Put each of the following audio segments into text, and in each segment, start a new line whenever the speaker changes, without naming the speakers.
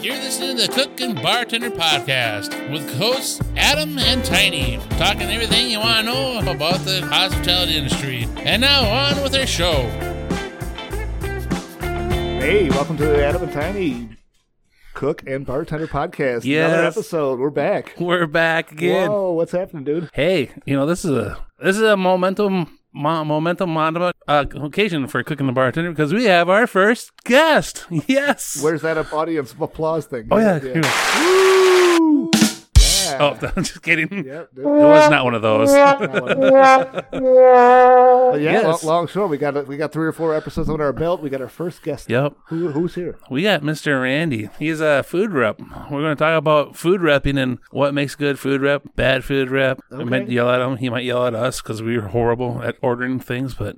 You're listening to the Cook and Bartender Podcast with hosts Adam and Tiny, talking everything you want to know about the hospitality industry. And now on with our show.
Hey, welcome to the Adam and Tiny Cook and Bartender Podcast. Another
Yes.
episode. We're back.
We're back again.
Whoa, what's happening, dude?
Hey, you know this is a this is a momentum mo- momentum mon- uh, occasion for cooking the bartender because we have our first guest. Yes.
Where's that up audience applause thing?
oh yeah. Here.
Woo! Yeah.
Oh, I'm just kidding.
Yep, dude.
It was not one of those.
Well, yeah,
Yes.
long, long show. We got a, we got three or four episodes under our belt. We got our first guest.
yep.
Who, who's here?
We got Mr. Randy. He's a food rep. We're going to talk about food repping and what makes good food rep, bad food rep. We might
Okay.
yell at him. He might yell at us because we were horrible at ordering things, but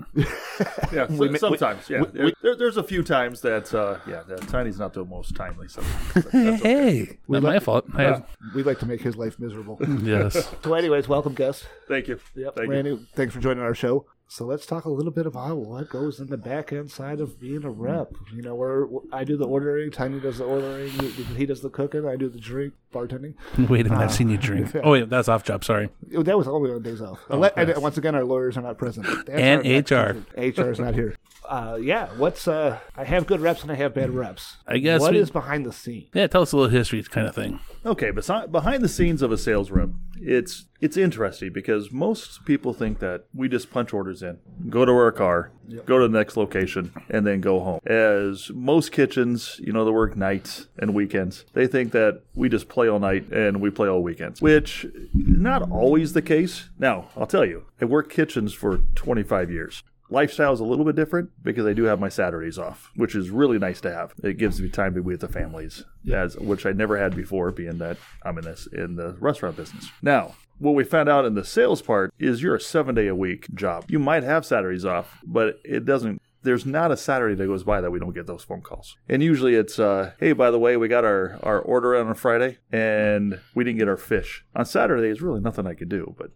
Yeah, so- sometimes. yeah, There- there, there's a few times that uh, yeah, that Tiny's not the most timely. Sometimes. but that's okay.
hey, not my fault. I had-
We'd like to make his life miserable.
yes.
so, anyways, welcome, guest.
Thank you. Thank you.
Randy, thanks for joining our show. So let's talk a little bit about what goes in the back end side of being a rep. You know, where I do the ordering, Tiny does the ordering, he does the cooking, I do the drink, bartending.
Wait a minute, I've seen you drink. Oh wait, that's off job. Sorry.
That was only on days off. Unle- and once again, our lawyers are not present. That's
And
our-
HR.
HR is not here. Uh, yeah, what's uh? I have good reps and I have bad reps.
I guess
What is
we-
behind the scene?
Yeah, tell us a little history kind of thing.
Okay, besi- behind the scenes of a sales rep, it's it's interesting because most people think that we just punch orders in, go to our car, go to the next location, and then go home. As most kitchens, you know, they work nights and weekends. They think that we just play all night and we play all weekends, which not always the case. Now, I'll tell you, I worked kitchens for 25 years. Lifestyle is a little bit different because I do have my Saturdays off, which is really nice to have. It gives me time to be with the families, as which I never had before, being that I'm in this in the restaurant business. Now, what we found out in the sales part is you're a seven day a week job. You might have Saturdays off, but it doesn't. There's not a Saturday that goes by that we don't get those phone calls. And usually it's, uh, hey, by the way, we got our, our order on a Friday and we didn't get our fish. On Saturday, there's really nothing I could do, but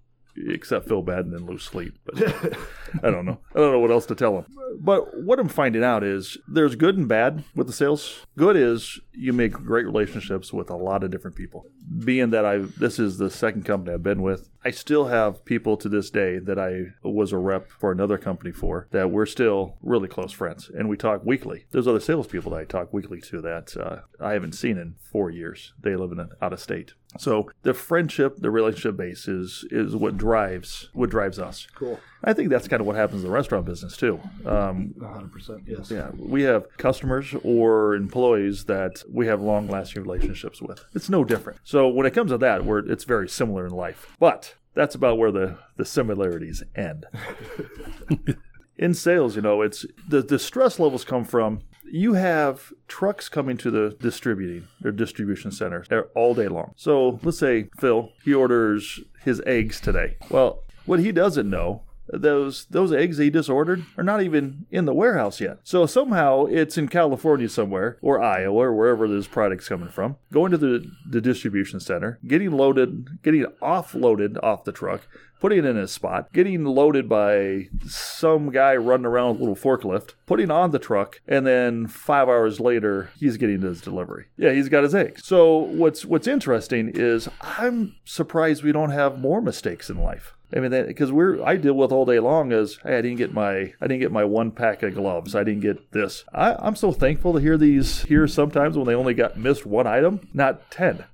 except feel bad and then lose sleep. But I don't know. I don't know what else to tell them. But what I'm finding out is there's good and bad with the sales. Good is you make great relationships with a lot of different people. Being that I this is the second company I've been with, I still have people to this day that I was a rep for another company for that we're still really close friends and we talk weekly. There's other salespeople that I talk weekly to that uh, I haven't seen in four years. They live in an, out of state. So the friendship, the relationship base is is what drives what drives us.
Cool.
I think that's kind of what happens in the restaurant business too. Um,
One hundred percent. Yes.
yeah, we have customers or employees that we have long-lasting relationships with. It's no different. So when it comes to that, we're, it's very similar in life. But that's about where the, the similarities end. in sales, you know, it's the the stress levels come from you have trucks coming to the distributing their distribution centers they're all day long. So let's say Phil he orders his eggs today. Well, what he doesn't know those those eggs that he just ordered are not even in the warehouse yet. So somehow it's in California somewhere or Iowa or wherever this product's coming from, going to the, the distribution center, getting loaded, getting offloaded off the truck, putting it in a spot, getting loaded by some guy running around with a little forklift, putting on the truck, and then five hours later he's getting his delivery. Yeah, he's got his eggs. So what's what's interesting is I'm surprised we don't have more mistakes in life. I mean, because we're I deal with all day long is hey, I didn't get my I didn't get my one pack of gloves. I didn't get this. I, I'm so thankful to hear these here sometimes when they only got missed one item, not ten.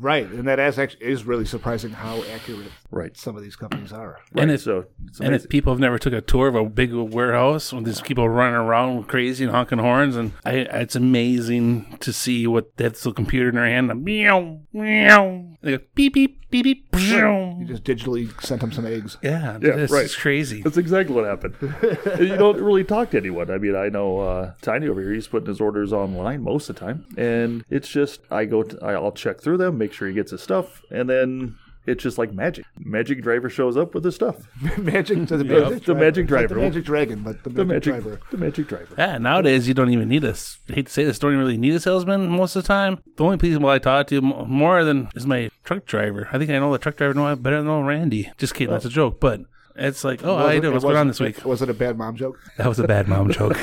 Right, and that is actually is really surprising how accurate
Right.
some of these companies are.
And if
So it's
and if people have never took a tour of a big warehouse with these people running around crazy and honking horns, and I, it's amazing to see what that's the computer in their hand. and Meow, meow. They go beep beep beep beep.
You
pshoo.
just digitally sent them some eggs.
Yeah,
Yeah,
this
right.
is crazy.
That's exactly what happened. And you don't really talk to anyone. I mean, I know uh, Tiny over here. He's putting his orders online most of the time, and it's just I go, to, I'll check through them, make sure he gets his stuff, and then it's just like magic. Magic driver shows up with his stuff.
magic to the,
the magic
It's like
driver.
the magic dragon, but the magic,
The magic,
driver.
the magic driver.
Yeah, nowadays you don't even need a. s- I hate to say this, don't even really need a salesman most of the time. The only people I talk to m- more than is my truck driver. I think I know the truck driver know better than old Randy. Just kidding, that's a joke. But It's like, oh,
Was
I
it-
do.
it
What's going on
wasn't-
this week?
Was it a bad mom joke?
That was a bad mom joke.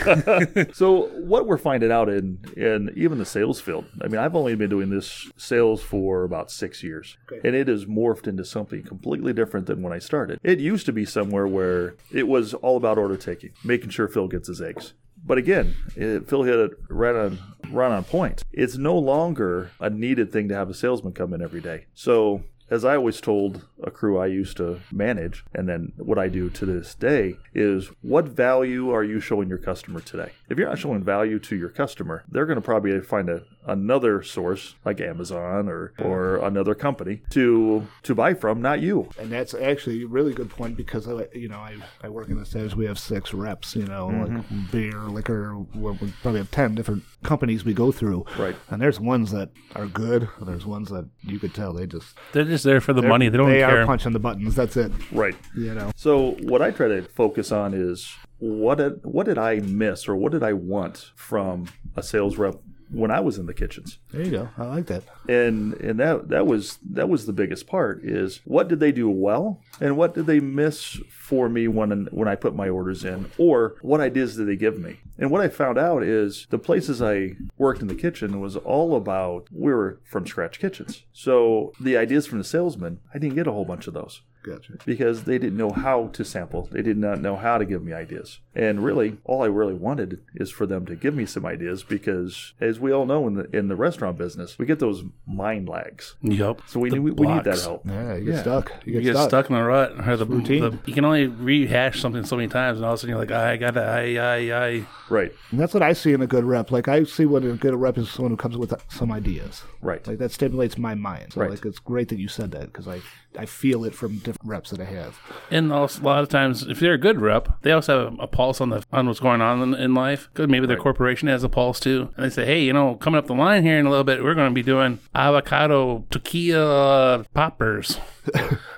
So what we're finding out in in even the sales field, I mean, I've only been doing this sales for about six years, and it has morphed into something completely different than when I started. It used to be somewhere where it was all about order taking, making sure Phil gets his eggs. But again, it, Phil hit it right on right on point. It's no longer a needed thing to have a salesman come in every day. So as I always told a crew I used to manage, and then what I do to this day is what value are you showing your customer today? If you're not showing value to your customer, they're going to probably find a, another source like Amazon or, or another company to to buy from, not you.
And that's actually a really good point because I, you know, I, I work in the sales. We have six reps. You know, like beer, liquor. We we probably have ten different companies we go through.
Right.
And there's ones that are good. And there's ones that you could tell they just
They're just there for the money. They don't
they
care.
are punching the buttons. That's it.
Right.
You know.
So what I try to focus on is what did, what did I miss or what did I want from a sales rep when I was in the kitchens?
There you go. I like that.
and and that that was that was the biggest part is what did they do well and what did they miss for me when when I put my orders in or what ideas did they give me and what I found out is the places I worked in the kitchen was all about we were from scratch kitchens so the ideas from the salesman I didn't get a whole bunch of those
Gotcha.
because they didn't know how to sample. They did not know how to give me ideas. And really, all I really wanted is for them to give me some ideas because, as we all know in the in the restaurant business, we get those mind lags.
Yep.
So we
The
need we, we need that
blocks.
help.
Yeah, you get
Yeah.
stuck. You
You
get,
get
stuck.
stuck. in a rut, or the,
routine.
the- you can only rehash something so many times, and all of a sudden you're like, I got that, I, I, I.
Right,
And that's what I see in a good rep. Like I see what a good rep is someone who comes with some ideas.
right.
Like that stimulates my mind. So
Right.
like it's great that you said that because I I feel it from different reps that I have.
And also, a lot of times, if they're a good rep, they also have a pulse on the on what's going on in, in life. Good, maybe their corporation has a pulse too, and they say, hey, you know, coming up the line here in a little bit, we're going to be doing avocado tequila poppers.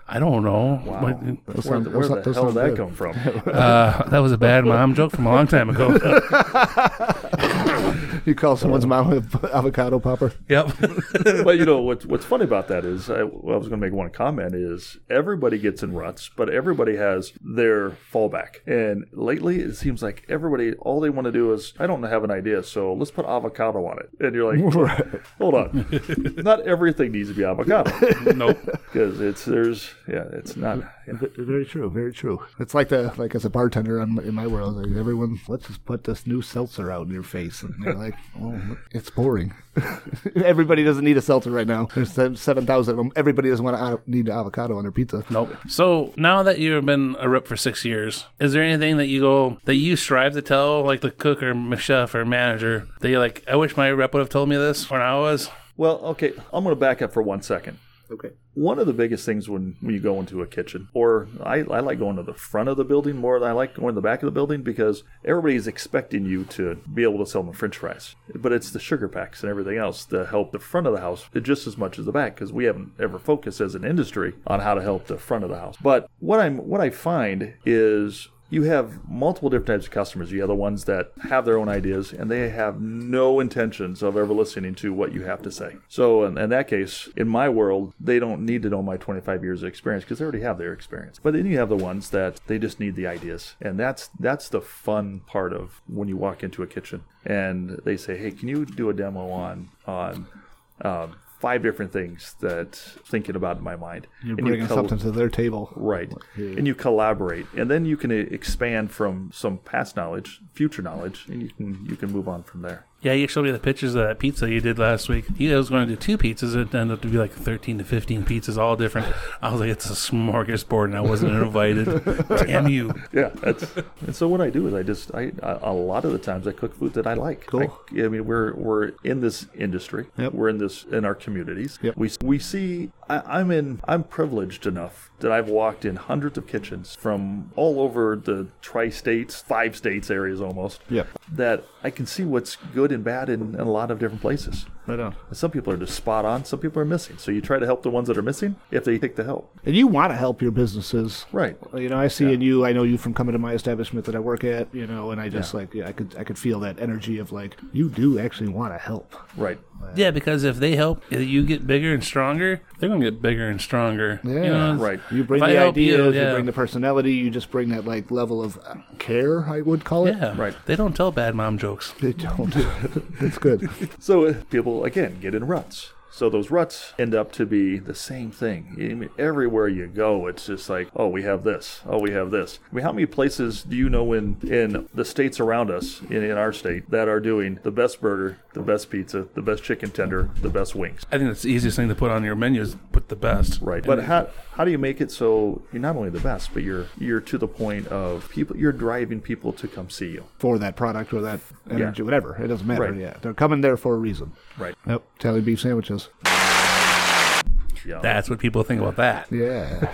I don't know. But-
Where,
sound-
the,
that
where
sound-
the
that
hell
sound
did that
good.
come from?
Uh, that was a bad mom joke from a long time ago.
You call someone's mom an avocado popper?
yep.
well, you know what's what's funny about that is I, I was going to make one comment is everybody gets in ruts, but everybody has their fallback. And lately, it seems like everybody all they want to do is I don't have an idea, so let's put avocado on it. And you're like, hold on, not everything needs to be avocado
nope.
because it's there's yeah, it's not. yeah.
Very true. Very true. It's like the like as a bartender I'm, in my world, like everyone let's just put this new seltzer out in your face, and they're like, oh, it's boring. Everybody doesn't need a seltzer right now. There's seven thousand of them. Everybody doesn't want to need an avocado on their pizza.
Nope. So now that you've been a rep for six years, is there anything that you go that you strive to tell, like the cook or m- chef or manager, that you're like, I wish my rep would have told me this when I was?
Well, okay, I'm going to back up for one second.
Okay.
One of the biggest things when, when you go into a kitchen, or I, I like going to the front of the building more than I like going to the back of the building because everybody's expecting you to be able to sell them french fries. But it's the sugar packs and everything else that help the front of the house just as much as the back because we haven't ever focused as an industry on how to help the front of the house. But what I'm what I find is you have multiple different types of customers. You have the ones that have their own ideas and they have no intentions of ever listening to what you have to say. So, in, in that case, in my world, they don't need to know my 25 years of experience because they already have their experience. But then you have the ones that they just need the ideas, and that's that's the fun part of when you walk into a kitchen and they say, "Hey, can you do a demo on on?" Um, Five different things that thinking about in my mind.
You're
And you
bringing
col-
something to their table.
Right. And you collaborate. And then you can uh, expand from some past knowledge, future knowledge, and you can you can move on from there.
Yeah, you showed me the pictures of that pizza you did last week. He was going to do two pizzas. It ended up to be like 13 to 15 pizzas, all different. I was like, it's a smorgasbord, and I wasn't invited. Damn you.
Yeah, that's and so what I do is I just I I- a lot of the times I cook food that I like.
Cool.
I, I mean we're we're in this industry.
Yep.
We're in this in our communities.
Yep.
We we see I, I'm in I'm privileged enough that I've walked in hundreds of kitchens from all over the tri-states, five states areas almost.
Yeah.
That I can see what's good and bad in, in a lot of different places.
Right on.
Some people are just spot on. Some people are missing. So you try to help the ones that are missing if they take the help.
And you want to help your businesses.
Right.
You know, I see in you, I know you from coming to my establishment that I work at, you know, and I just like, yeah, I could, I could feel that energy of like, you do actually want to help.
Right.
Yeah, because if they help you get bigger and stronger, they're gonna get bigger and stronger. You
Yeah.
know?
Right.
You bring
If I
the
help you,
ideas, you,
yeah.
bring the personality, you just bring that like level of uh, care, I would call it.
Yeah.
Right.
They don't tell bad mom jokes.
They don't. it's good.
So uh, people again get in ruts. So those ruts end up to be the same thing. I mean, everywhere you go, it's just like, oh, we have this. Oh, we have this. I mean, how many places do you know in in the states around us, in, in our state, that are doing the best burger, the best pizza, the best chicken tender, the best wings?
I think that's the easiest thing to put on your menu is put the best.
Right.
And
But
then-
how how do you make it so you're not only the best, but you're you're to the point of people you're driving people to come see you.
For that product or that energy, whatever. It doesn't matter.
Right.
Yeah. They're coming there for a reason.
Right.
Yep. Tally beef sandwiches.
Yeah.
that's what people think about that.
Yeah.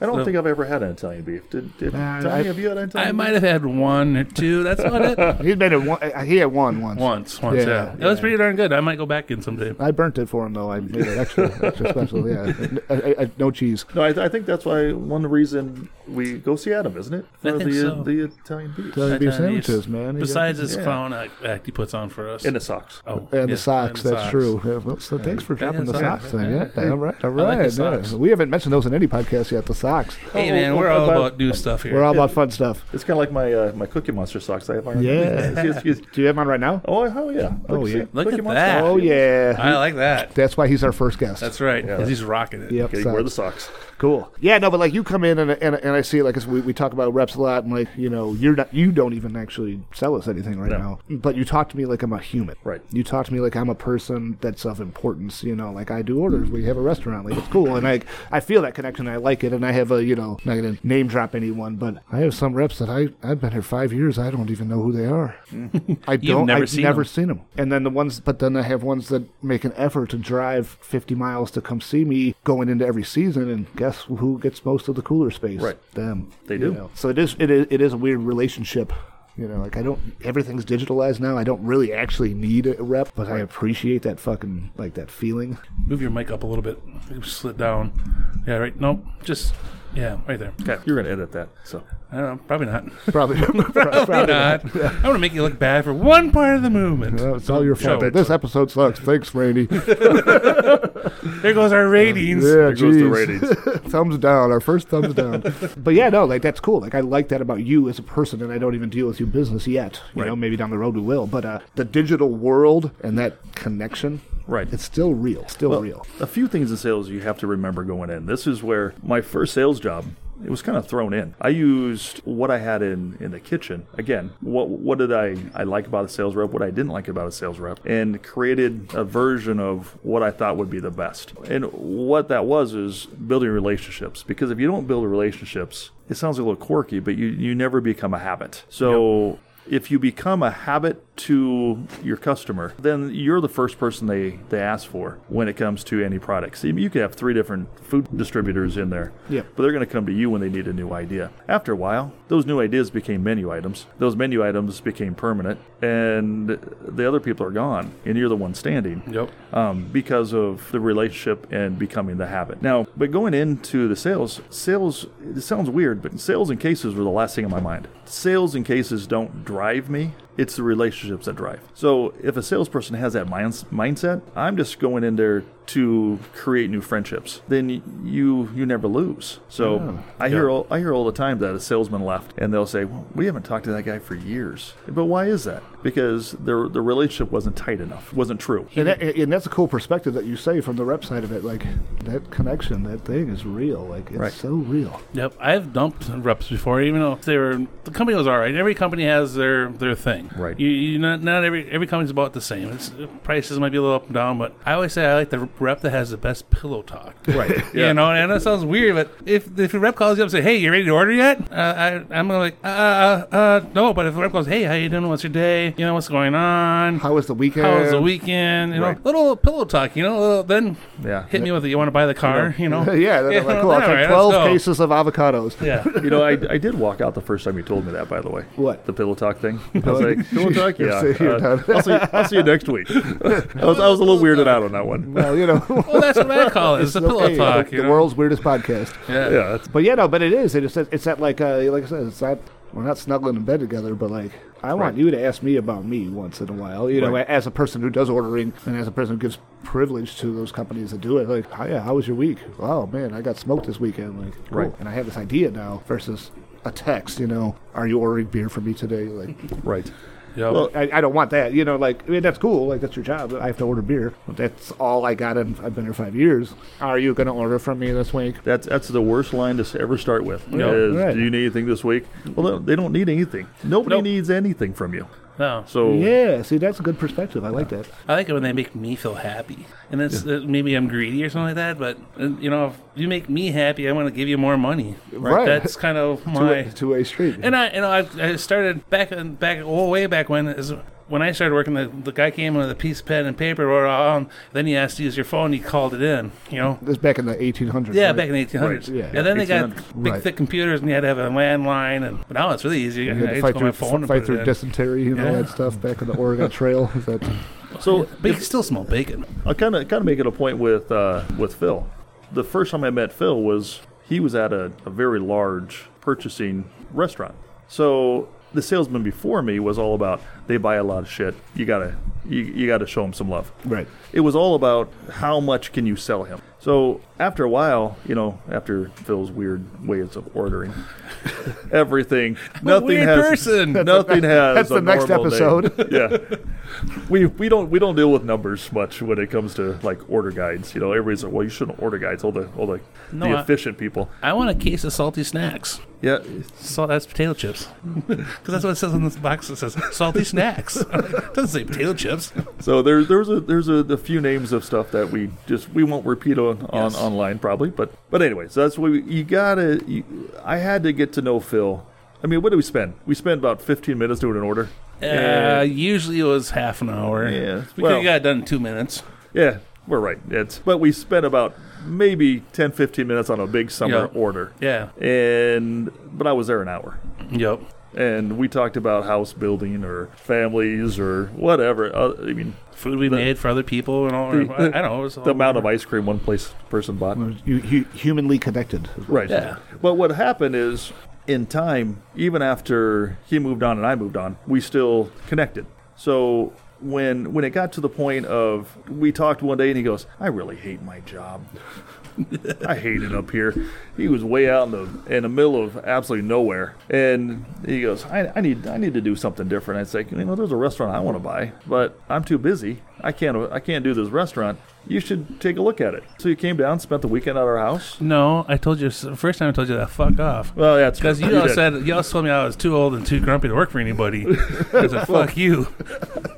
I don't think I've ever had an Italian beef. Did, did
Nah,
Tony,
I-
have you had an Italian
I
beef?
might have had one or two. That's about it.
He's made it one, uh, he had one once.
Once, once, yeah.
Yeah,
It was
yeah.
pretty darn good. I might go back in someday.
I burnt it for him though. I made it extra, extra special. Yeah, I, I, I- no cheese.
No, I, I think that's why one reason we go see Adam, isn't it? For
I think
the
so.
the Italian
Italian
beef
beef
Italian beefs.
sandwiches, man. You
Besides his
yeah.
clown act, act he puts on for us.
and the socks.
oh,
got- and
yeah,
the socks.
and the
that's
socks.
true. Yeah, well, so thanks for dropping the
socks.
socks thing. Yeah, all right,
I
all
like
right.
the
yeah.
socks.
We haven't mentioned those in any podcast yet. The socks.
Hey
Oh,
man, we're all about new stuff here.
We're all about fun stuff.
Oh, It's kind of like my uh, my Cookie Monster socks I have on.
Yeah.
Excuse- excuse-
Do you have them on right now?
oh, oh yeah.
Oh, yeah.
Look
Cookie
at
Monster.
that.
Oh yeah,
I like that.
that's why he's our first guest.
That's right. 'cause he's rocking it.
yep.
Okay,
socks.
wear the socks.
Cool. Yeah, no, but like you come in and and, and I see like it's- we, we talk about reps a lot and like you know you're not you don't even actually sell us anything right now, but you talk to me like I'm a human.
Right.
You talk to me like I'm a person that's of importance. You know, like I do orders. We have a restaurant. Like it's cool, and I I feel that connection. I like it, and I have a you know not gonna name drop anyone, but I have some reps that I I've been here five years. I don't even know who they are. I don't.
never
I've
seen
never
them.
seen them. And then the ones, but then I have ones that make an effort to drive 50 miles to come see me going into every season. And guess who gets most of the cooler space?
Right.
Them.
They
You
do.
know? So it is, it is. It is a weird relationship. You know, like I don't. Everything's digitalized now. I don't really actually need a rep, but I appreciate that fucking like that feeling.
Move your mic up a little bit. Slid down. Yeah, right. Nope. Just yeah, right there.
Okay, you're gonna edit that. So
I don't know. Probably not.
Probably. probably
Probably not. I want to make you look bad for one part of the movement.
Well, it's all your fault.
it.
This episode sucks. Thanks, Randy.
There goes our ratings.
Yeah,
goes the
jeez.
ratings.
thumbs down. Our first thumbs down. but yeah, no, like that's cool. Like I like that about you as a person, and I don't even deal with your business yet. You know, maybe down the road we will. But uh, the digital world and that connection,
Right.
It's still real. Still real.
a few things in sales you have to remember going in. This is where my first sales job. It was kind of thrown in. I used what I had in, in the kitchen. Again, what what did I, I like about a sales rep, what I didn't like about a sales rep, and created a version of what I thought would be the best. And what that was is building relationships. Because if you don't build relationships, it sounds a little quirky, but you, you never become a habit. So if you become a habit to your customer, then you're the first person they, they ask for when it comes to any products. You you could have three different food distributors in there,
Yep.
but they're going to come to you when they need a new idea. After a while, those new ideas became menu items. Those menu items became permanent, and the other people are gone, and you're the one standing
Yep.
um, because of the relationship and becoming the habit. Now, but going into the sales, sales, it sounds weird, but sales and cases were the last thing in my mind. Sales and cases don't drive me. It's the relationships that drive. So if a salesperson has that minds- mindset, I'm just going in there to create new friendships. Then y- you you never lose. So I hear all, I hear all the time that a salesman left, and they'll say, well, "We haven't talked to that guy for years." But why is that? Because their the relationship wasn't tight enough, wasn't true.
And, that, and that's a cool perspective that you say from the rep side of it. Like that connection, that thing is real. Like it's
Right.
so real.
Yep, I've dumped reps before, even though they were the company was all right. Every company has their their thing.
Right.
You, you not not every every company's about the same. It's, prices might be a little up and down, but I always say I like the rep that has the best pillow talk.
Right.
You know, and that sounds weird, but if if the rep calls you up and say, "Hey, you ready to order yet?" Uh, I I'm gonna like, uh, uh, uh, no. But if the rep calls, "Hey, how you doing? What's your day? You know, what's going on?
How was the weekend?
How was the weekend? You know,
Right.
little pillow talk. You know, little, then
Yeah.
hit me with it. You want to buy the car? You know,
yeah, they're like, cool.
all
I'll take
right, let's
12
go.
cases of avocados.
Yeah.
You know, I, I did walk out the first time you told me that, by the way.
What?
The pillow talk thing. I was like, pillow talk? Yeah.
You're so- you're
uh, I'll, see, I'll see you next week. I, was, I was a little weirded out on that one.
Well, you know,
Well, that's what I call it. It's the pillow
okay,
talk.
The,
you
the
know?
world's weirdest podcast.
Yeah.
Yeah, that's,
But yeah, no, but it is. It is it's that like uh, like I said, it's not we're not snuggling in bed together, but like I want you to ask me about me once in a while. You know,
Right.
as a person who does ordering and as a person who gives privilege to those companies that do it, like, oh, yeah, how was your week? Oh man, I got smoked this weekend. Like, cool.
Right.
And I have this idea now versus a text. You know, are you ordering beer for me today? Like,
right.
Yep.
I, I don't want that. You know, like I mean, that's cool. Like that's your job. I have to order beer. But that's all I got. And I've been here five years. Are you going to order from me this week?
That's that's the worst line to s- ever start with.
Yeah.
Is,
Right.
Do you need anything this week? Well, no, they don't need anything. Nobody
Nope.
needs anything from you.
No.
So
Yeah. See, that's a good perspective. I like that.
I like it when they make me feel happy, and that's uh, maybe I'm greedy or something like that. But uh, you know, if you make me happy, I want to give you more money.
Right.
That's kind of my.
Two way street.
And I, you know, I, I started back in back well, way back when is when I started working. The, the guy came with a piece of pen and paper, wrote it on. Then he asked to use your phone. He called it in. You know.
this back in the 1800s.
Yeah,
right?
back in the 1800s.
Right, yeah.
And then they got
1800s.
big,
Right.
thick computers, and you had to have a landline. And but now it's really easy.
You had
I
to
just
fight
go on
through,
my phone and
fight
put
through
it in.
dysentery and all
Yeah.
that stuff back on the Oregon Trail. Is that
so
But you can still smell bacon.
I'll kind of kind of make it a point with uh, with Phil. The first time I met Phil was he was at a, a very large purchasing restaurant. So the salesman before me was all about they buy a lot of shit. You gotta you, you gotta show them some love.
right?
It was all about how much can you sell him. So after a while, you know, after Phil's weird ways of ordering everything, nothing
weird
has
person. That's
nothing has.
that's
a
the next
normal day.
episode.
yeah, we we don't we don't deal with numbers much when it comes to like order guides. You know, everybody's like, well, you shouldn't order guides. All the all the,
No,
the
I-
efficient people.
I want a case of salty snacks.
Yeah,
Salt, that's potato chips. Because that's what it says on this box. It says salty snacks. It doesn't say potato chips. Uh,
so there there's a there's a, a few names of stuff that we just we won't repeat on, on
Yes.
online probably. But but anyway, so that's what we, you gotta. You, I had to get to know Phil. I mean, what do we spend? We spend about 15 minutes doing an order.
Uh, usually it was half an hour.
Yeah.
We
Well-
could have got it done in two minutes.
Yeah, we're right. It's but we spent about maybe 10 15 minutes on a big summer
Yeah.
order.
Yeah.
And but I was there an hour.
Yep.
and we talked about house building or families or whatever. Uh, I mean,
Food we made for other people and all. I don't know. It was all
the amount of ice cream one place person bought.
You, you humanly connected, is what-
Right.
Yeah.
But what happened is, in time, even after he moved on and I moved on, we still connected. So when when it got to the point of we talked one day and he goes, "I really hate my job. I hate it up here." He was way out in the in the middle of absolutely nowhere, and he goes, "I, I need I need to do something different." I say, "You know, there's a restaurant I want to buy, but I'm too busy. I can't I can't do this restaurant." You should take a look at it. So you came down, spent the weekend at our house.
No, I told you first time I told you that. Fuck off.
Well, that's
Because
true.
you all
did.
said you all told me I was too old and too grumpy to work for anybody. I said, "Fuck you."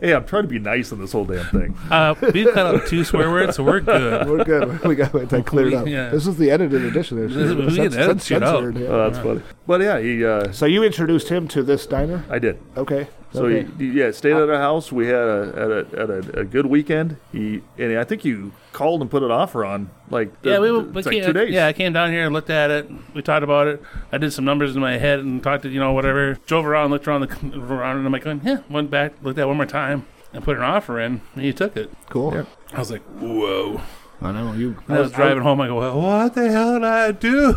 "Hey, I'm trying to be nice in this whole damn thing."
Uh, we've cut out two swear words, so we're good.
We're good. We got that cleared up.
Yeah.
This is the edited edition.
This is- we can edit shit Uh, out.
yeah.
Oh, that's funny. But yeah, he, uh,
so you introduced him to this diner.
I did.
Okay.
So
okay.
he, yeah, stayed
Uh,
at our house. We had a at a, at a, a good weekend. He and I think you called and put an offer on like the-
yeah, we, were-
it's
we
like
came,
two days.
Yeah, I came down here and looked at it. We talked about it. I did some numbers in my head and talked to you know whatever. Drove around, looked around the around, and I'm like, "Hmm, yeah. Went back, looked at it one more time, and put an offer in, and he took it.
cool.
I was like, whoa.
I know you.
I was driving home. I go, well, what the hell did I do?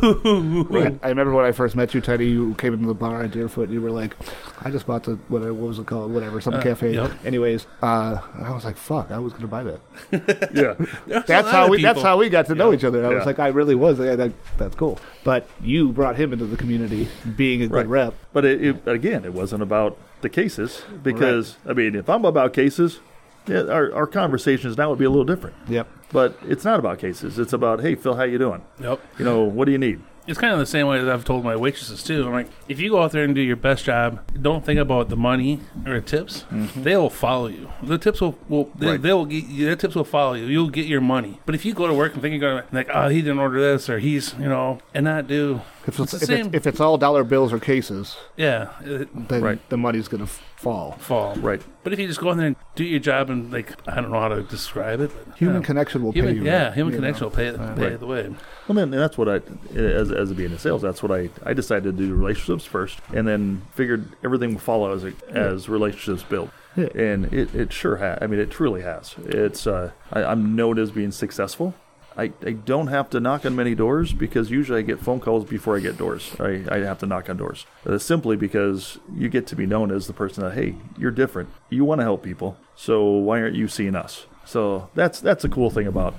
I, I remember when I first met you, Teddy. You came into the bar at Deerfoot, and you were like, "I just bought the what, what was it called? Whatever, some cafe."
Uh, yep.
Anyways, uh, and I was like, "Fuck, I was gonna buy that."
yeah,
That's
a lot
how
of
we. That's
people.
how we got to know each other. I
Yeah.
was like, "I really was. Yeah, that, that's cool." But you brought him into the community, being a good
Right.
rep.
But it, it, again, it wasn't about the cases because I mean, if I'm about cases, yeah, our our conversations now would be a little different.
Yep.
But it's not about cases. It's about hey, Phil, how you doing?
Yep.
You know, what do you need?
It's kind of the same way that I've told my waitresses too. I'm like, if you go out there and do your best job, don't think about the money or the tips.
Mm-hmm.
They'll follow you. The tips will, will they,
Right.
they'll get you, the tips will follow you. You'll get your money. But if you go to work and think you're gonna like, oh, he didn't order this or he's you know, and not do
If
it's
it's,
the
if, it's,
same.
if it's all dollar bills or cases,
yeah, it,
then
Right.
the money's gonna f- fall.
fall.
Right.
But if you just go in there and do your job and like, I don't know how to describe it. But,
Human
yeah.
connection will
Human,
pay you.
yeah, human
you know.
connection will pay, pay
Right.
the way.
Well, then, and that's what I, as, as being in sales, that's what I, I decided to do relationships first and then figured everything would follow as, it- as relationships build.
Yeah.
And it, it sure has. I mean, it truly has. It's, uh, I, I'm known as being successful. I, I don't have to knock on many doors because usually I get phone calls before I get doors. I, I have to knock on doors. Uh, simply because you get to be known as the person that, hey, you're different. You want to help people. So why aren't you seeing us? So that's that's a cool thing about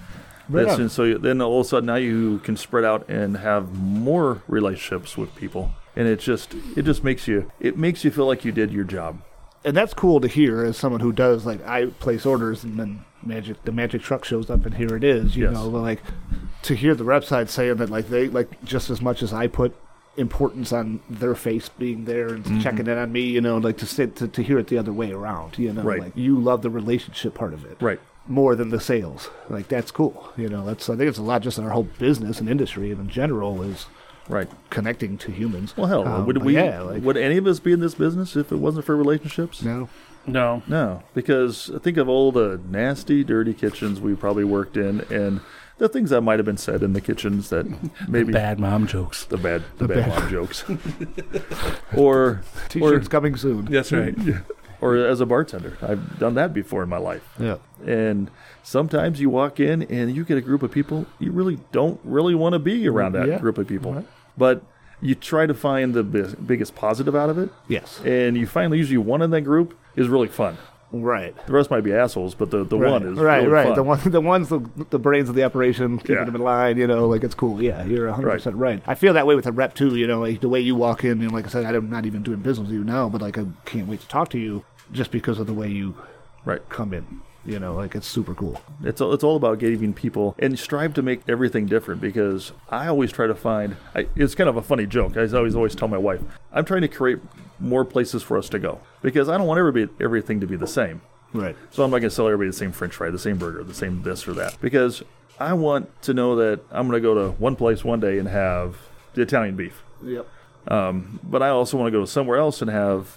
Right
this,
on.
and so you- then all of a sudden now you can spread out and have more relationships with people, and it just it just makes you it makes you feel like you did your job.
and that's cool to hear as someone who does like I place orders and then magic the magic truck shows up and here it is. You
Yes.
know, but, like to hear the rep side saying that like they like just as much as I put importance on their face being there and
Mm-hmm.
checking in on me. You know, like to sit to, to hear it the other way around. You know,
Right.
like you love the relationship part of it,
Right.
More than the sales, like that's cool. You know, that's I think it's a lot just in our whole business and industry and in general is
Right.
connecting to humans.
Well, hell,
Um,
would
but
we?
Yeah, like,
would any of us be in this business if it wasn't for relationships?
no.
No,
No, because think of all the nasty, dirty kitchens we probably worked in, and the things that might have been said in the kitchens that maybe
bad mom jokes.
the bad the, bad, mom jokes, or or
T-shirts coming soon.
That's right.
or as a bartender, I've done that before in my life.
Yeah.
And sometimes you walk in and you get a group of people you really don't really want to be around that
Yeah.
group of people. But you try to find the bis- biggest positive out of it.
Yes.
And you find usually one in that group is really fun.
Right.
The rest might be assholes, but the, the
Right,
one is
right,
really
right.
fun.
The one, the one's the, the brains of the operation, keeping
Yeah.
them in line. You know, like it's cool. Yeah, you're 100 percent right. I feel that way with a rep too. You know, like the way you walk in, and like I said, I'm not even doing business with you now, but like I can't wait to talk to you just because of the way you
Right.
come in. You know, like it's super cool.
It's all, it's all about giving people and strive to make everything different because I always try to find. I, it's kind of a funny joke. I always always tell my wife I'm trying to create more places for us to go because I don't want everybody, everything to be the same.
Right.
So I'm not going to sell everybody the same French fry, the same burger, the same this or that because I want to know that I'm going to go to one place one day and have the Italian beef.
Yep.
Um, but I also want to go somewhere else and have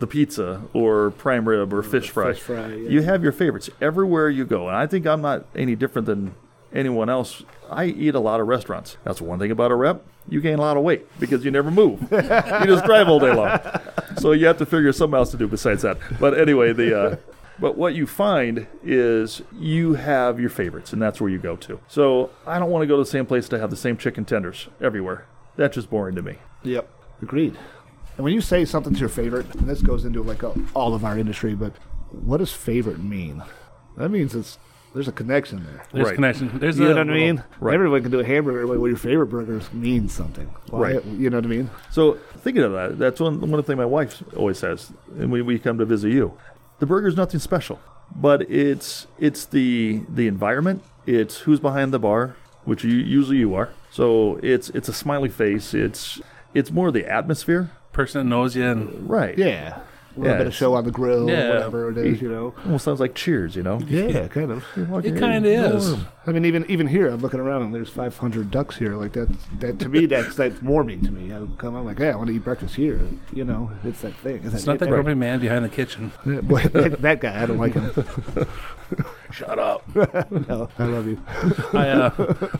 the pizza or prime rib or fish fry.
fish fry, yeah.
You have your favorites everywhere you go, and I think I'm not any different than anyone else. I eat a lot of restaurants. That's one thing about a rep. You gain a lot of weight because you never move. you just drive all day long. So you have to figure something else to do besides that. But anyway, the uh, but what you find is you have your favorites, and that's where you go to. So I don't want to go to the same place to have the same chicken tenders everywhere. That's just boring to me.
Yep. Agreed. And when you say something's your favorite, and this goes into like a, all of our industry, but what does favorite mean? That means it's there's a connection there.
There's
Right.
connection. There's
You
a
know what I
little-
mean?
Right.
Everyone can do a hamburger, but well, your favorite burgers mean something. Why-
Right.
You know what I mean?
So thinking of that, that's one one thing my wife always says and when we come to visit you. The burger's nothing special, but it's it's the the environment. It's who's behind the bar, which you, usually you are. So it's it's a smiley face. It's it's more the atmosphere,
Person knows you, and
right?
Yeah. A little
Yeah,
bit of
it's-
show on the grill,
Yeah.
or whatever it is, you know.
Almost sounds like Cheers, you know.
Yeah, kind of.
it kind of is.
I mean, even even here, I'm looking around and there's 500 ducks here. Like that, that to me, that's that's warming to me. I come, I'm like, yeah, I want to eat breakfast here. You know, it's that thing.
It's not that grumpy man behind the kitchen.
Boy, that, that guy, I don't like him.
Shut up.
No, I love you.
I, uh,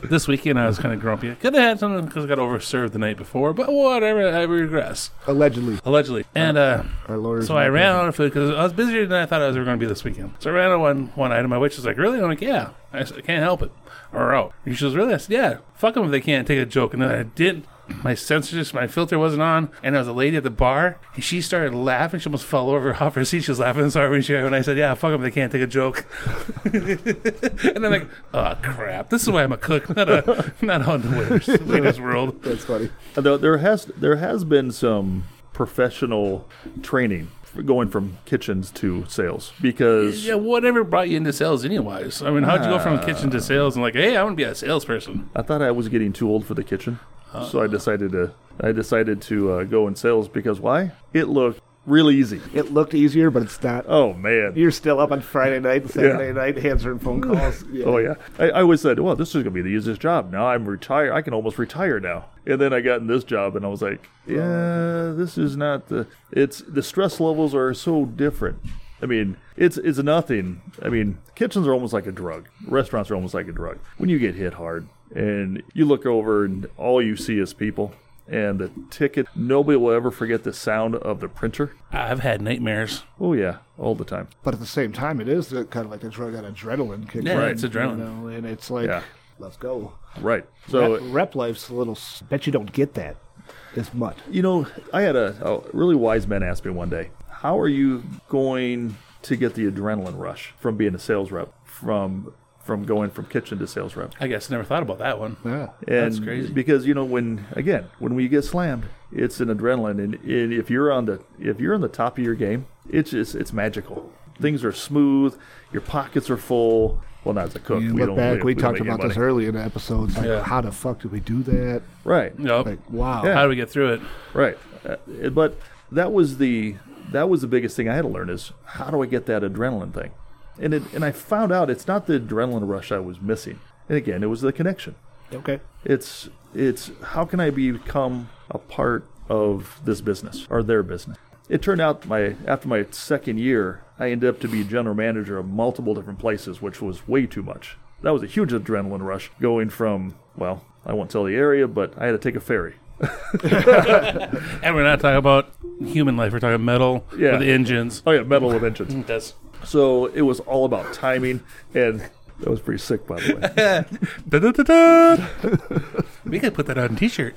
this weekend I was kind of grumpy. Could have had something because I got overserved the night before, but whatever. I regress
Allegedly,
allegedly. And uh,
our lawyers.
so I ran out of food because I was busier than I thought I was ever going to be this weekend. So I ran out of one one item. My waitress was like, "Really?" I'm like, "Yeah." I said, "I can't help it." Or out. And she was really. I said, "Yeah." Fuck them if they can't take a joke. And then I did. My sensors, my filter wasn't on, and there was a lady at the bar, and she started laughing. She almost fell over off her seat. She was laughing so hard when she when I said, "Yeah, fuck them, they can't take a joke." and I'm like, "Oh crap, this is why I'm a cook, not a not on the waiters, waiters world."
That's funny.
Though there has there has been some professional training for going from kitchens to sales because
Yeah, whatever brought you into sales, anyways. I mean, how'd you go from kitchen to sales and like, hey, I want to be a salesperson?
I thought I was getting too old for the kitchen. so I decided to I decided to uh, go in sales because why? It looked really easy.
It looked easier, but it's not.
Oh man.
You're still up on Friday night, Saturday
Yeah.
night, answering phone calls. Yeah.
Oh yeah, I, I always said, "Well, this is gonna be the easiest job." Now I'm retired. I can almost retire now. And then I got in this job, and I was like, "Yeah, this is not the. It's the stress levels are so different. I mean, it's it's nothing. I mean, kitchens are almost like a drug. Restaurants are almost like a drug. When you get hit hard, and you look over, and all you see is people." And the ticket, nobody will ever forget the sound of the printer.
I've had nightmares.
Oh, yeah, all the time.
But at the same time, it is the- kind of like the drug that adrenaline kicks
Yeah,
in,
it's adrenaline.
You know, and it's like,
Yeah.
let's go.
Right. So,
Rep, rep life's a little. s- Bet you don't get that as much.
You know, I had a, a really wise man ask me one day, "How are you going to get the adrenaline rush from being a sales rep from from going from kitchen to sales rep?"
I guess I never thought about that one.
Yeah.
And
crazy.
because you know when again when we get slammed, it's an adrenaline, and, and if you're on the if you're on the top of your game, it's just it's magical. Things are smooth, your pockets are full. Well, not as a cook,
You
we
look
don't-
back. We,
don't
talked
make any
about this
money.
earlier in the episodes. Like,
Yeah.
how the fuck did we do that?
right?
Nope.
Like, wow.
Oh. Yeah.
How do we get through it?
Right. Uh, it- but that was the that was the biggest thing I had to learn is how do I get that adrenaline thing? And it, and I found out it's not the adrenaline rush I was missing. And again, it was the connection.
Okay.
It's it's how can I become a part of this business or their business? It turned out my after my second year, I ended up to be general manager of multiple different places, which was way too much. That was a huge adrenaline rush going from well, I won't tell the area, but I had to take a ferry.
And we're not talking about human life. We're talking metal
Yeah.
with engines.
Oh yeah, metal with engines.
That's
So it was all about timing, and that was pretty sick, by the way.
da, da, da, da. we could put that on a T-shirt.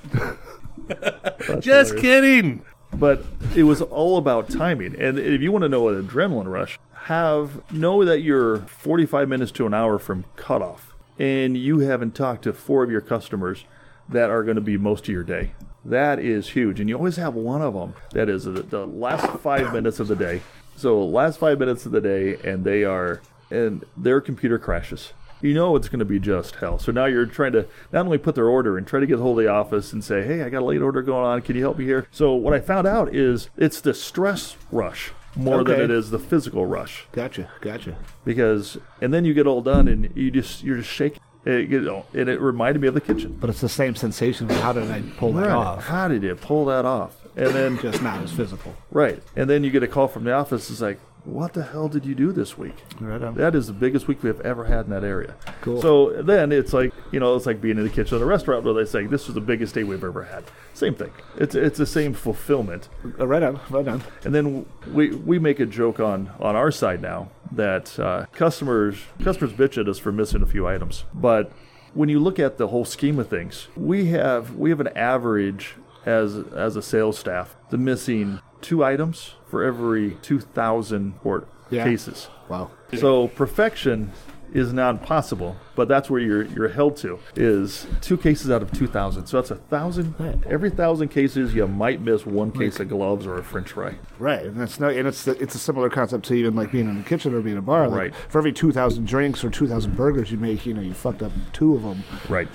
Just kidding.
But it was all about timing, and if you want to know an adrenaline rush, have know that you're 45 minutes to an hour from cutoff, and you haven't talked to four of your customers that are going to be most of your day. That is huge, and you always have one of them that is the, the last five minutes of the day. So last five minutes of the day, and they are, and their computer crashes. you know it's going to be just hell. So now you're trying to not only put their order and try to get hold of the office and say, hey, I got a late order going on. Can you help me here? So what I found out is it's the stress rush more than
Okay.
it is the physical rush
Gotcha. Gotcha.
because, and then you get all done and you just, you're just shaking. It, you know, and it reminded me of the kitchen.
But it's the same sensation. Of how did I pull that off?
How did you pull that off? And then
Just not as physical.
Right. And then you get a call from the office. It's like, what the hell did you do this week?
Right on.
That is the biggest week we have ever had in that area.
Cool.
So then it's like, you know, it's like being in the kitchen at a restaurant where they say, this was the biggest day we've ever had. Same thing. It's, it's the same fulfillment.
Uh, Right on. Right on.
And then we, we make a joke on, on our side now that uh, customers customers bitch at us for missing a few items. But when you look at the whole scheme of things, we have we have an average as as a sales staff the missing two items for every two thousand court
Yeah.
cases.
Wow.
So perfection is not possible, but that's where you're you're held to is two cases out of two thousand. So that's a thousand every thousand cases you might miss one case of gloves or a French fry.
Right, and that's no, and it's it's a similar concept to even like being in the kitchen or being in a bar. Like
Right.
For every two thousand drinks or two thousand burgers you make, you know, you fucked up two of them,
Right.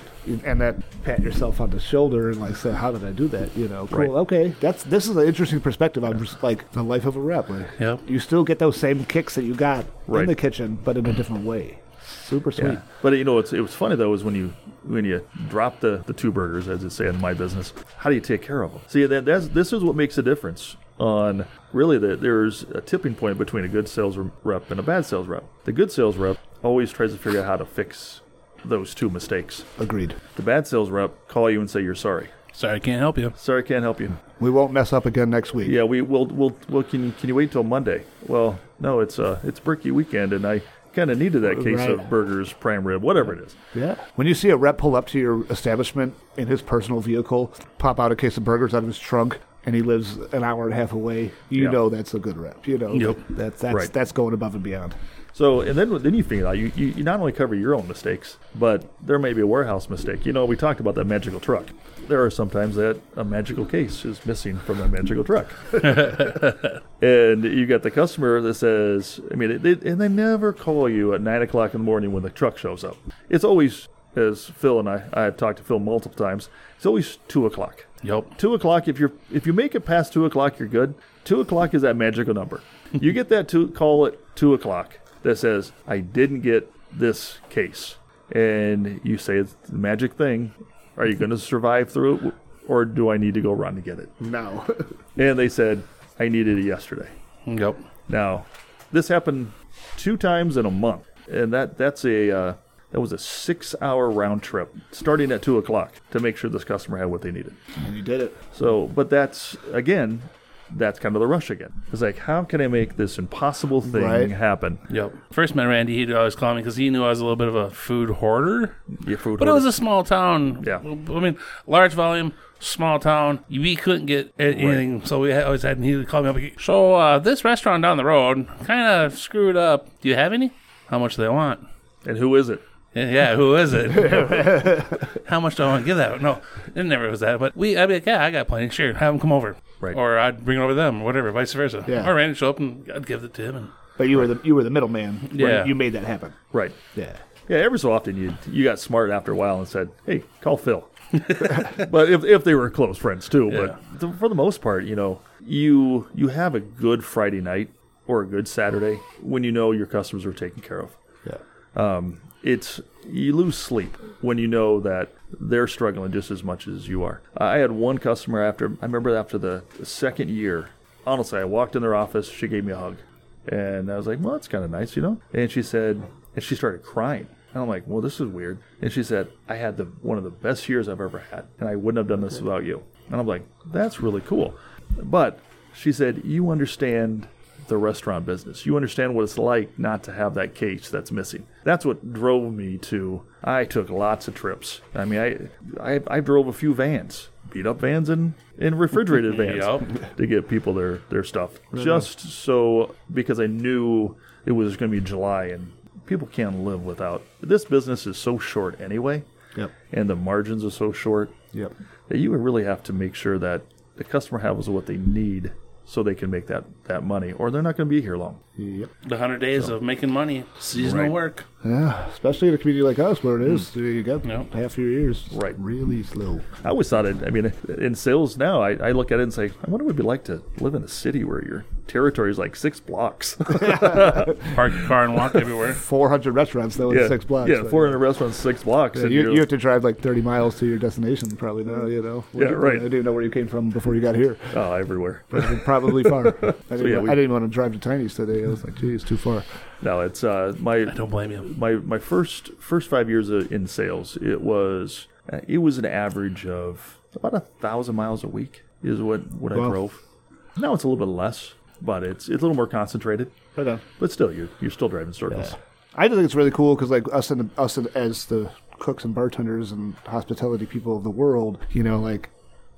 and that pat yourself on the shoulder and like say, "How did I do that?" You know, cool,
Right.
okay. That's this is an interesting perspective on just like the life of a rep. Like,
Yep.
You still get those same kicks that you got in
Right.
the kitchen, but in a different way. Super sweet.
Yeah. But you know, it's, it was funny though, is when you when you drop the, the two burgers, as they say in my business, how do you take care of them? See, that, that's this is what makes a difference on really that there's a tipping point between a good sales rep and a bad sales rep. The good sales rep always tries to figure out how to fix those two mistakes.
Agreed.
The bad sales rep call you and say you're sorry.
Sorry, I can't help you.
Sorry, can't help you.
We won't mess up again next week.
Yeah, we will. We'll, we'll can can you wait till Monday? Well, no, it's uh it's Berkey weekend, and I kind of needed that case
Right.
of burgers, prime rib, whatever it is.
Yeah. When you see a rep pull up to your establishment in his personal vehicle, pop out a case of burgers out of his trunk, and he lives an hour and a half away, you
Yeah.
know that's a good rep. You know
Yep.
that, that's
Right.
that's going above and beyond.
So, and then then you figure it out you, you, you not only cover your own mistakes, but there may be a warehouse mistake. You know, we talked about that magical truck. There are sometimes that a magical case is missing from that magical truck, and you got the customer that says, I mean, they, and they never call you at nine o'clock in the morning when the truck shows up. It's always as Phil and I, I have talked to Phil multiple times, it's always two o'clock.
Yep.
Two o'clock. If you're if you make it past two o'clock, you're good. Two o'clock is that magical number. you get that two call at two o'clock that says I didn't get this case, and you say it's the magic thing. Are you going to survive through it, or do I need to go run to get it?
No.
And they said I needed it yesterday.
Yep.
Now, this happened two times in a month, and that that's a uh, that was a six-hour round trip, starting at two o'clock, to make sure this customer had what they needed.
and you did it.
So, but that's again, that's kind of the rush again. It's like, how can I make this impossible thing
Right.
happen?
Yep. First met Randy, he'd always call me because he knew I was a little bit of a food hoarder.
Your food,
But it was a small town.
Yeah.
I mean, large volume, small town. We couldn't get a- anything, so we had, always had. And he would call me up. like, So uh, this restaurant down the road kind of screwed up. Do you have any? How much do they want?
and who is it?
Yeah, Yeah, who is it? How much do I want to give that? No, it never was that. But we, I'd be like, yeah, I got plenty. Sure, have them come over.
Right.
Or I'd bring it over to them, or whatever, vice versa.
Yeah.
Or Randy show up and I'd give it to him. And
But you were the you were the middleman. where
Yeah.
You made that happen.
Right.
Yeah.
Yeah. Every so often, you you got smart after a while and said, "Hey, call Phil." but if if they were close friends too, but th- for the most part, you know, you you have a good Friday night or a good Saturday when you know your customers are taken care of.
Yeah.
um, it's you lose sleep when you know that they're struggling just as much as you are. I had one customer after I remember after the second year. Honestly, I walked in their office. She gave me a hug, and I was like, "Well, that's kind of nice, you know." And she said, and she started crying. And I'm like, "Well, this is weird." And she said, "I had the one of the best years I've ever had, and I wouldn't have done this without you." And I'm like, "That's really cool," but she said, "You understand the restaurant business. You understand what it's like not to have that case that's missing. That's what drove me to. I took lots of trips. I mean, I I, I drove a few vans, beat up vans and and refrigerated vans
Yup.
to get people their their stuff. Just so because I knew it was going to be July and people can't live without. This business is so short anyway,
Yep.
and the margins are so short
Yep.
that you would really have to make sure that the customer has what they need so they can make that, that money or they're not going to be here long.
Yep.
the 100 days of making money, seasonal
Right.
work.
Yeah. Especially in a community like us where it is, you got
Yep.
half your years
Right.
really slow.
I always thought it, I mean, in sales now, I, I look at it and say, I wonder what it'd be like to live in a city where your territory is like six blocks.
Park your car and walk everywhere.
Four hundred restaurants though in six blocks.
Yeah,
but-
400 restaurants, six blocks.
Yeah,
and
you,
you're-
you have to drive like 30 miles to your destination probably now, you know.
Yeah, right.
I didn't even know where you came from before you got here.
oh, everywhere.
probably far. I didn't,
yeah,
wa-
we-
I didn't want to drive to Tiny's today. I was like, geez, too far.
No, it's uh, my
I don't blame you.
my my first first five years uh, in sales, it was uh, it was an average of about a thousand miles a week is what what I
Wow.
drove. Now it's a little bit less, but it's it's a little more concentrated.
Right on.
But still, you're you're still driving circles.
I just think it's really cool because like us and us and, as the cooks and bartenders and hospitality people of the world, you know, like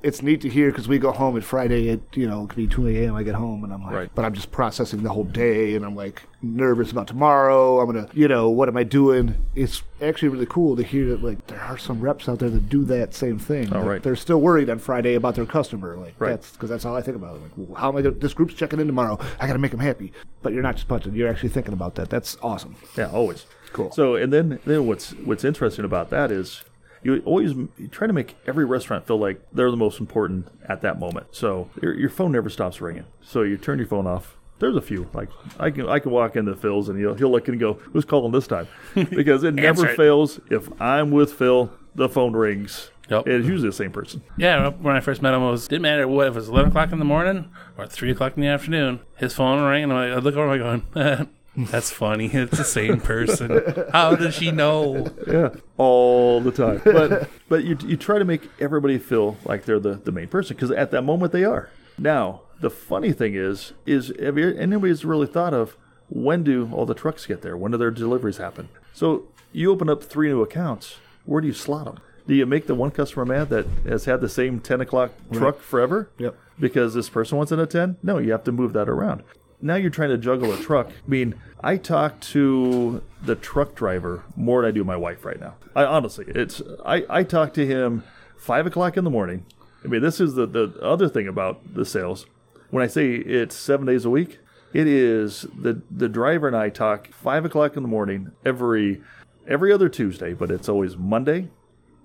it's neat to hear because we go home at Friday at you know it could be two a.m. I get home and I'm like,
Right.
but I'm just processing the whole day and I'm like nervous about tomorrow. I'm gonna, you know, what am I doing? It's actually really cool to hear that like there are some reps out there that do that same thing. Like,
Oh, right.
they're still worried on Friday about their customer. Like
Right.
that's because that's all I think about. Like, well, how am I? Gonna, this group's checking in tomorrow. I got to make them happy. But you're not just punching. You're actually thinking about that. That's awesome.
Yeah, always.
Cool.
So and then then what's what's interesting about that is you always m- you try to make every restaurant feel like they're the most important at that moment. So your, your phone never stops ringing. So you turn your phone off. There's a few like I can I can walk into Phil's and he'll he'll look and go who's calling this time because it never
it.
fails. If I'm with Phil, the phone rings.
Yep.
It's usually the same person.
Yeah, when I first met him, it was didn't matter what if it was eleven o'clock in the morning or three o'clock in the afternoon. His phone rang, and I look over, and I'm going, "That's funny. It's the same person. How does she know?"
Yeah, all the time. But but you you try to make everybody feel like they're the, the main person because at that moment they are. Now the funny thing is is have you, anybody's really thought of when do all the trucks get there? When do their deliveries happen? So you open up three new accounts. Where do you slot them? Do you make the one customer mad that has had the same ten o'clock truck forever?
Yep.
because this person wants it at 10 no you have to move that around now you're trying to juggle a truck i mean i talk to the truck driver more than i do my wife right now i honestly it's i, I talk to him 5 o'clock in the morning i mean this is the, the other thing about the sales when i say it's seven days a week it is the the driver and i talk 5 o'clock in the morning every every other Tuesday, but it's always Monday,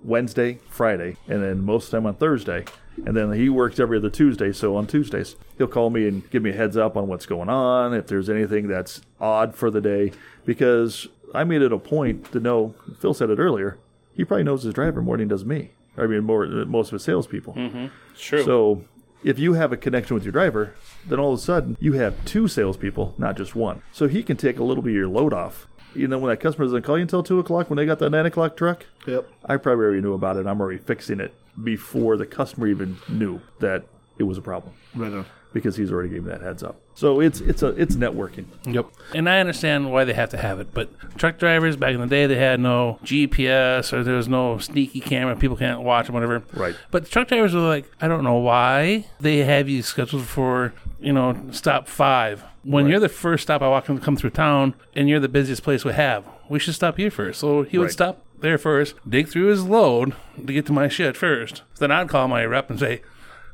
Wednesday, Friday, and then most of the time on Thursday. And then he works every other Tuesday, so on Tuesdays he'll call me and give me a heads up on what's going on, if there's anything that's odd for the day, because I made it a point to know. Phil said it earlier. He probably knows his driver more than he does me. I mean, more most of his salespeople.
True.
So if you have a connection with your driver, then all of a sudden you have two salespeople, not just one. So he can take a little bit of your load off. You know, when that customer doesn't call you until two o'clock, when they got that nine o'clock truck,
Yep.
I probably already knew about it. I'm already fixing it before the customer even knew that it was a problem
Right on.
because he's already gave me that heads up. So it's it's a it's networking.
Yep. And I understand why they have to have it, but truck drivers back in the day they had no GPS or there was no sneaky camera, people can't watch them, whatever.
Right.
But truck drivers were like, I don't know why they have you scheduled for, you know, stop five. When you're the first stop I walk in come through town and you're the busiest place we have, we should stop here first. So he would
Right.
stop there first, dig through his load to get to my shit first. Then I'd call my rep and say,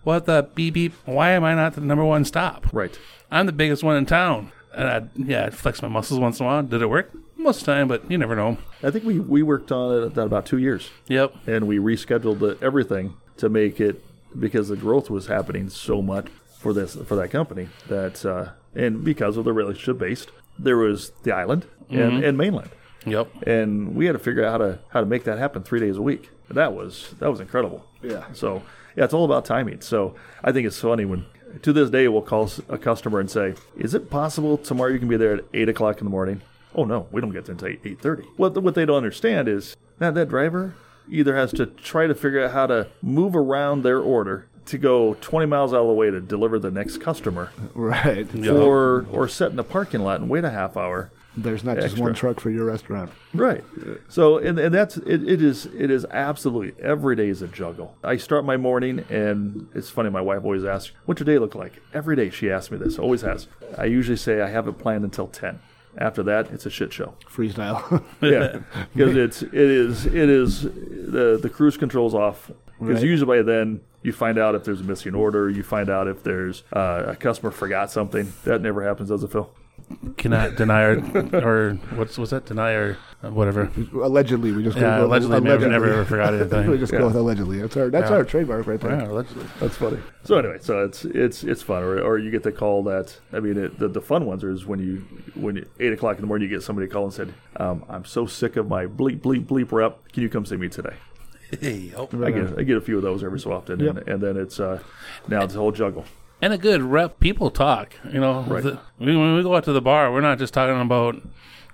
What the beep beep? Why am I not the number one stop?
Right.
I'm the biggest one in town. And I, yeah, I flex my muscles once in a while. Did it work? Most of the time, but you never know.
I think we we worked on it at about two years.
Yep.
and we rescheduled the, everything to make it because the growth was happening so much for this for that company that uh, and because of the relationship based there was the island
Mm-hmm.
and, and mainland
Yep.
and we had to figure out how to how to make that happen three days a week that was that was incredible
Yeah.
so yeah it's all about timing so i think it's funny when to this day we'll call s- a customer and say is it possible tomorrow you can be there at 8 o'clock in the morning oh no we don't get there until 8.30 what, what they don't understand is that that driver either has to try to figure out how to move around their order to go 20 miles out of the way to deliver the next customer
Right.
or or sit in the parking lot and wait a half hour
There's not just
Extra.
one truck for your restaurant.
Right. So, and, and that's it, it is it is absolutely every day is a juggle. I start my morning, and it's funny. My wife always asks, "What's your day look like?" Every day she asks me this. Always has. I usually say I have it planned until ten. After that, it's a shit show.
Freestyle.
Yeah, because it's it is it is the the cruise controls off. Because
Right.
usually by then you find out if there's a missing order. You find out if there's uh, a customer forgot something. That never happens, does it, Phil?
Cannot deny our, or what's what's that? Deny our uh, whatever.
allegedly, we just
Yeah,
go,
allegedly, never, never ever forgot
we
anything.
just go with allegedly. That's our that's our trademark right there.
Yeah, allegedly.
That's funny.
So anyway, so it's it's it's fun, or, or you get the call that I mean, it, the the fun ones are is when you when you, eight o'clock in the morning you get somebody call and said, um, "I'm so sick of my bleep bleep bleep rep. Can you come see me today?"
Hey, oh.
I get I get a few of those every so often, and, and then it's uh, now it's a whole juggle.
and a good rep. People talk. You know,
Right.
The- we- when we go out to the bar, we're not just talking about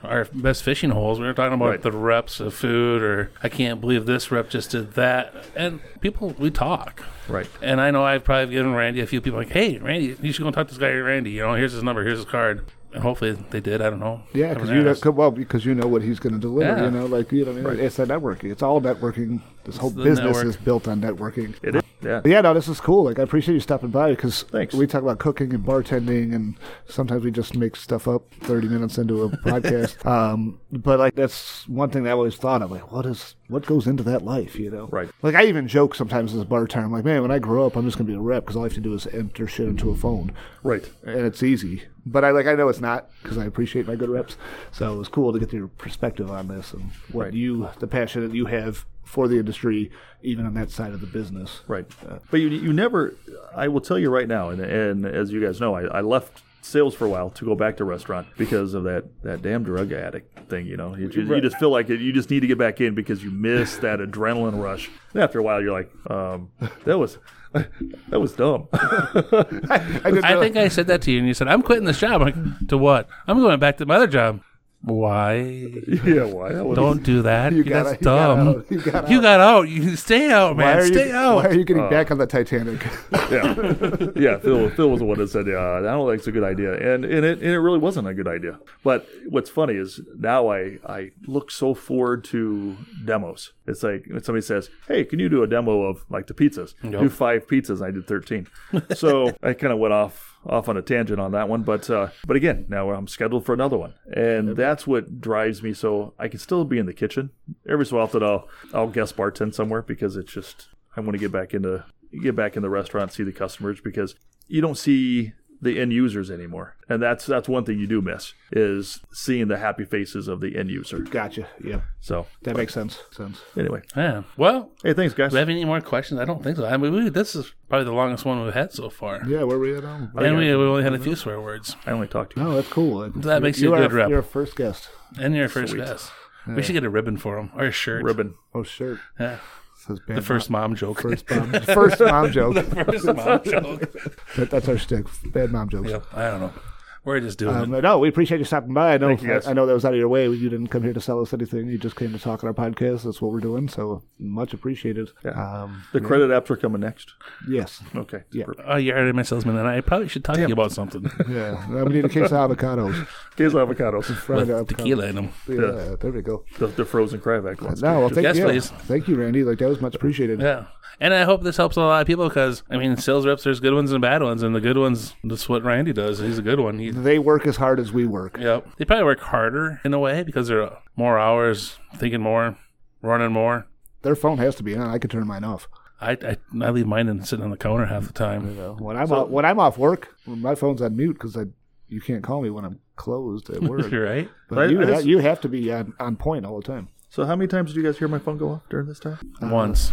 our best fishing holes. We're talking about
Right.
the reps of food, or I can't believe this rep just did that. And people, we talk.
Right.
And I know I've probably given Randy a few people like, "Hey, Randy, you should go and talk to this guy, Randy. You know, here's his number, here's his card." And hopefully they did. I don't know.
Yeah,
I
because
haven't
you know,
asked.
co- well, because you know what he's going to deliver.
Yeah.
You know, like you know, what I mean? it's that networking. It's all networking. This whole
the
business
network.
is built on networking.
It is. Yeah.
But yeah, no, this is cool. Like, I appreciate you stopping by because
Thanks.
we talk about cooking and bartending, and sometimes we just make stuff up 30 minutes into a podcast. Um, but like, that's one thing that I always thought of. Like, what is what goes into that life? You know,
Right.
Like, I even joke sometimes as a bartender. I'm like, man, when I grow up, I'm just gonna be a rep because all I have to do is enter shit into a phone
Right.
and it's easy. But I like I know it's not because I appreciate my good reps. So it was cool to get your perspective on this and what
Right.
you the passion that you have for the industry, even on that side of the business.
Right. But you, you never, I will tell you right now, and, and as you guys know, I, I left sales for a while to go back to restaurant because of that, that damn drug addict thing, you know. You, ju- you just feel like it, you just need to get back in because you miss that adrenaline rush. And after a while, you're like, um, that was, that was dumb.
I, didn't
I
know-
think I said that to you, and you said, "I'm quitting this job." I'm like, to what? I'm going back to my other job. Why?
yeah, why? That was,
Don't do that.
You
That's
got
dumb.
out- you got out.
You got out. You stay out,
why
man.
are
stay
you, Why
out.
are you getting back on the Titanic?
yeah, yeah. Phil, Phil was the one that said, "Yeah, I don't think it's a good idea," and and it and it really wasn't a good idea. But what's funny is now I I look so forward to demos. It's like when somebody says, "Hey, can you do a demo of like the pizzas? Do five pizzas." And I did thirteen, so I kind of went off off on a tangent on that one. But uh, but again, now I'm scheduled for another one, and that's what drives me. So I can still be in the kitchen every so often. I'll I'll guest bartend somewhere because it's just I want to get back into get back in the restaurant, see the customers because you don't see the end users anymore. And that's that's one thing you do miss is seeing the happy faces of the end user.
Gotcha. Yeah.
So
That makes sense. Sense.
anyway,
Yeah. Well,
hey, thanks guys.
do we have any more questions? I don't think so. I mean, we, this is probably the longest one we've had so far.
Yeah, Mm-hmm. where we at now?
And we, we only had a few swear words.
I only talked to you.
No, that's cool.
That makes you a
are
good rep.
You're a first guest.
And your first guess. We should get a ribbon for him or a shirt.
Ribbon.
Oh, shirt.
Yeah.
Says
The first mom joke.
First mom, first mom joke.
first mom joke.
That- that's our stick. Bad mom jokes.
Yep. I don't know. We're just doing
Um,
it.
no, we appreciate you stopping by. I know,
you, guys.
I, know that was out of your way. You didn't come here to sell us anything. You just came to talk on our podcast. That's what we're doing. So much appreciated. Um,
The credit apps are coming next.
yes.
Okay.
Yeah.
Perfect.
Oh, you're already my salesman, and I probably should talk to you about something
Yeah. Now we need a case of avocados.
Here's avocados.
Fried
with
avocado.
tequila in them.
Yeah, there we go.
The, the frozen crab egg ones.
No, well, thank,
Yes,
yeah.
please.
Thank you, Randy. Like that was much appreciated.
Yeah. And I hope this helps a lot of people because, I mean, sales reps, there's good ones and bad ones. And the good ones, that's what Randy does. He's a good one. He,
They work as hard as we work.
yep. They probably work harder in a way because they're more hours, thinking more, running more.
Their phone has to be on. I could turn mine off.
I, I, I leave mine in sitting on the counter half the time.
When I'm off, when I'm off work, my phone's on mute because I you can't call me when I'm closed at work.
You're right.
But
I-
you,
I just-
you have to be on, on point all the time.
So how many times did you guys hear my phone go off during this time?
Once.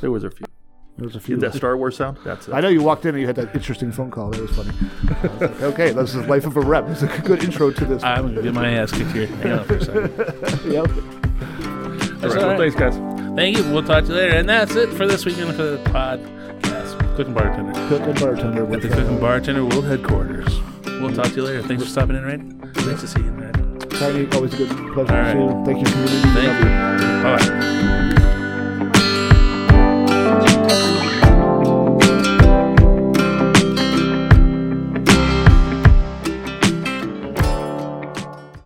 There was a few.
There's a few.
Did that Star Wars sound? That's it.
I know you walked in and you had that interesting phone call. That was funny. I was like, okay, this is life of a rep. It's a good intro to this.
I'm going to get my ass kicked here. Hang on for a second.
Yep.
All right. Well, thanks, guys.
Thank you. We'll talk to you later. And that's it for this weekend for the podcast. Cooking Bartender.
Cook and bartender.
At
with,
the
uh,
Cooking Bartender World Headquarters. We'll talk to you later. Thanks for stopping in, Randy. Nice to see you, man.
Tiny, always a good pleasure
All right.
to see you. Thank you, community.
Thank you. Bye bye.